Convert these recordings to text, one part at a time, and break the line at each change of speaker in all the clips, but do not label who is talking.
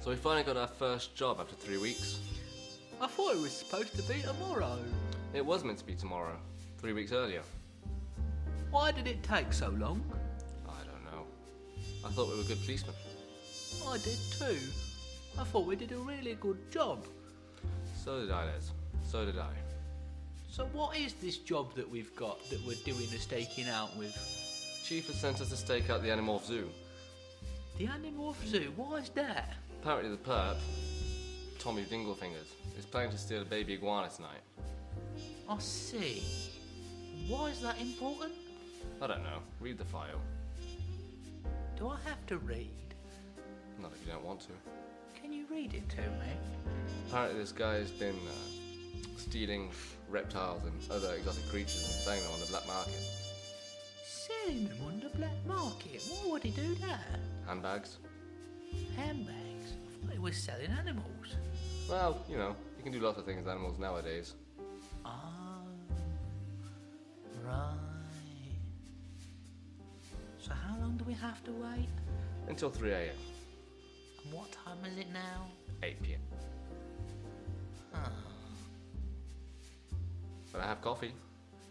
So we finally got our first job after three weeks.
I thought it was supposed to be tomorrow.
It was meant to be tomorrow, three weeks earlier.
Why did it take so long?
I don't know. I thought we were good policemen.
I did too. I thought we did a really good job.
So did I, Les. So did I.
So what is this job that we've got that we're doing the staking out with?
Chief has sent us to stake out the Animorph Zoo.
The Animorph Zoo, why is that?
Apparently, the perp, Tommy Dinglefingers, is planning to steal a baby iguana tonight.
I see. Why is that important?
I don't know. Read the file.
Do I have to read?
Not if you don't want to.
Can you read it to me?
Apparently, this guy's been uh, stealing reptiles and other exotic creatures and selling them on the black market.
Selling them on the black market. Why would he do that?
Handbags.
Handbags. I thought he was selling animals.
Well, you know, you can do lots of things with animals nowadays.
Ah, right. So how long do we have to wait?
Until 3 a.m.,
And what time is it now?
8 p.m. But I have coffee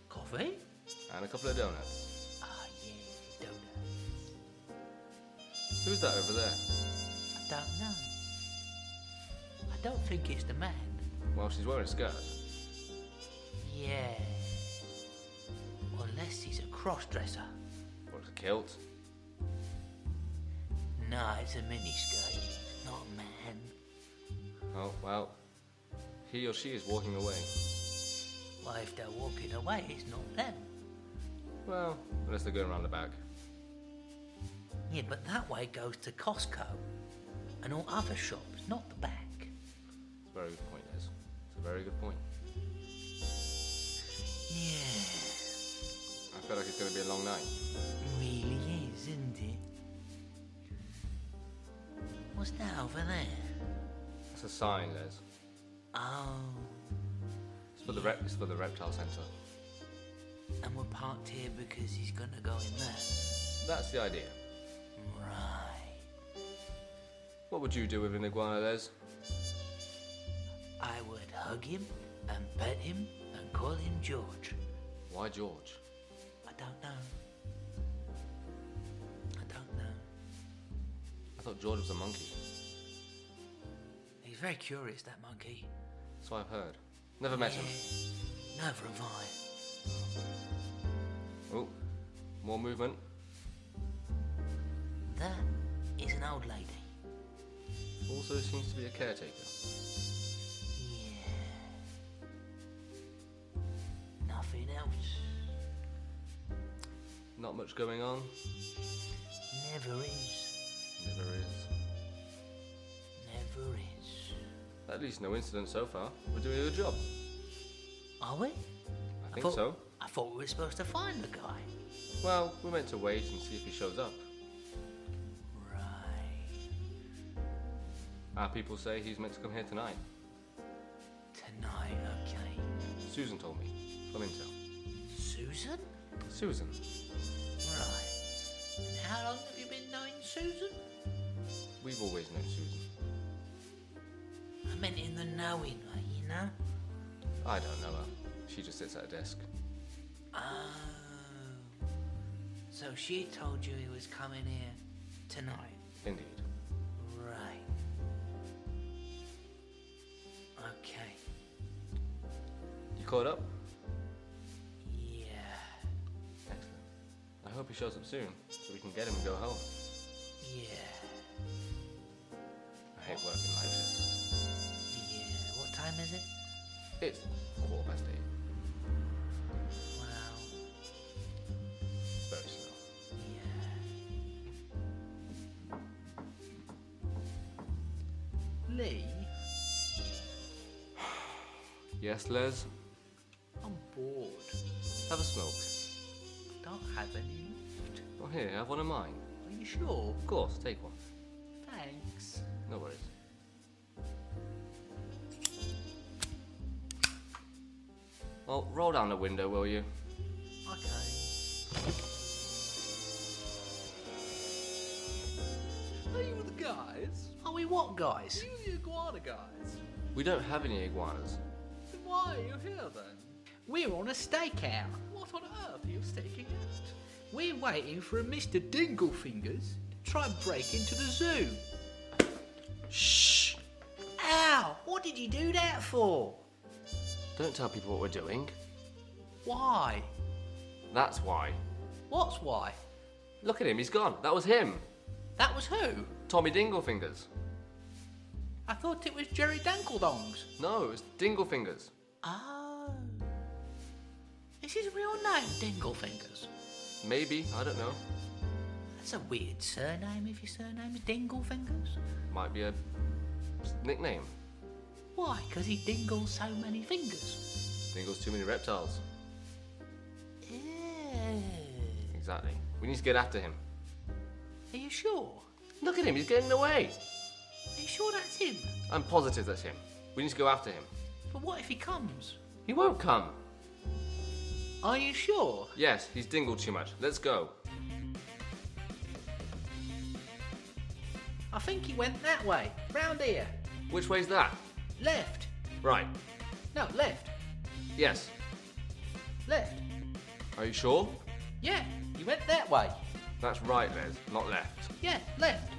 Coffee?
and a couple of donuts.
Ah, yeah, donut.
Who's that over there?
I don't know. I don't think it's the man.
Well, she's wearing a skirt.
Yeah. Unless he's a cross-dresser.
Or it's a kilt.
No, it's a miniskirt. It's not a man.
Oh, well. He or she is walking away.
Well, if they're walking away, it's not them.
Well, unless they're going around the back.
Yeah, but that way goes to Costco and all other shops, not the back.
It's a very good point, Les. It's a very good point.
Yeah,
I feel like it's going to be a long night.
really is, isn't it? What's that over there?
It's a sign, Les.
Oh,
It's for the, rep- it's for the reptile centre.
and we're parked here because he's gonna go in there.
That's the idea.
Right.
What would you do with an iguana, Les?
I would hug him and pet him and call him George.
Why George?
I don't know. I don't know.
I thought George was a monkey.
He's very curious, that monkey.
So I've heard. Never met him.
Yeah. Neither have I.
Oh, more movement.
That is an old lady.
Also seems to be a caretaker.
Yeah. Nothing else.
Not much going on.
Never is.
Never is.
Never is.
At least no incident so far. We're doing a good job.
Are we?
I think
thought,
so.
I thought we were supposed to find the guy.
Well, we're meant to wait and see if he shows up.
Right.
Our people say he's meant to come here tonight.
Tonight, okay.
Susan told me. From Intel.
Susan?
Susan.
Right. And how long have you been knowing Susan?
We've always known Susan.
I meant in the knowing way, you know?
I don't know her. She just sits at a desk.
Oh. So she told you he was coming here tonight.
Indeed.
Right. Okay.
You caught up?
Yeah.
Excellent. I hope he shows up soon so we can get him and go home.
Yeah.
I hate working like this.
Yeah. What time is it?
It's quarter past eight.
Well,
It's very slow.
yeah. Lee,
Yes, Les?
I'm bored.
Have a smoke.
Don't have any left.
Well, here, have one of mine.
Are you sure?
Of course, take one.
Thanks.
No worries. Well, roll down the window, will you?
Okay. Are you the
guys?
Are we what guys?
You the iguana guys?
We don't have any iguanas.
Then why are you here then?
We're on a stakeout.
What on earth are you staking out?
We're waiting for a Mr. Dinglefingers to try and break into the zoo. Shh! Ow! What did you do that for?
Don't tell people what we're doing.
Why?
That's why.
What's why?
Look at him, he's gone. That was him.
That was who?
Tommy Dinglefingers.
I thought it was Jerry Dankledongs.
No, it's Dinglefingers.
Oh. Is his real name Dinglefingers?
Maybe, I don't know.
That's a weird surname if your surname is Dinglefingers.
Might be a nickname.
Why? Because he dingles so many fingers.
Dingle's too many reptiles.
Ew.
Exactly. We need to get after him.
Are you sure?
Look at him, he's getting away.
Are you sure that's him?
I'm positive that's him. We need to go after him.
But what if he comes?
He won't come.
Are you sure?
Yes, he's dingled too much. Let's go.
I think he went that way. Round here.
Which way's that?
Left.
Right.
No, left.
Yes.
Left.
Are you sure?
Yeah, you went that way.
That's right, Les, not left.
Yeah, left.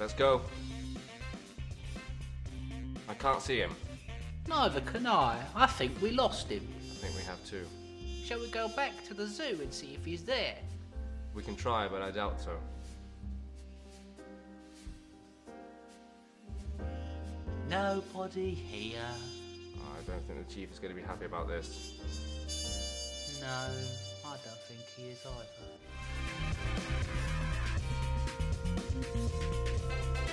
Let's go. I can't see him.
Neither can I. I think we lost him.
I think we have two.
Shall we go back to the zoo and see if he's there?
We can try, but I doubt so.
Nobody here.
I don't think the chief is going to be happy about this.
No, I don't think he is either.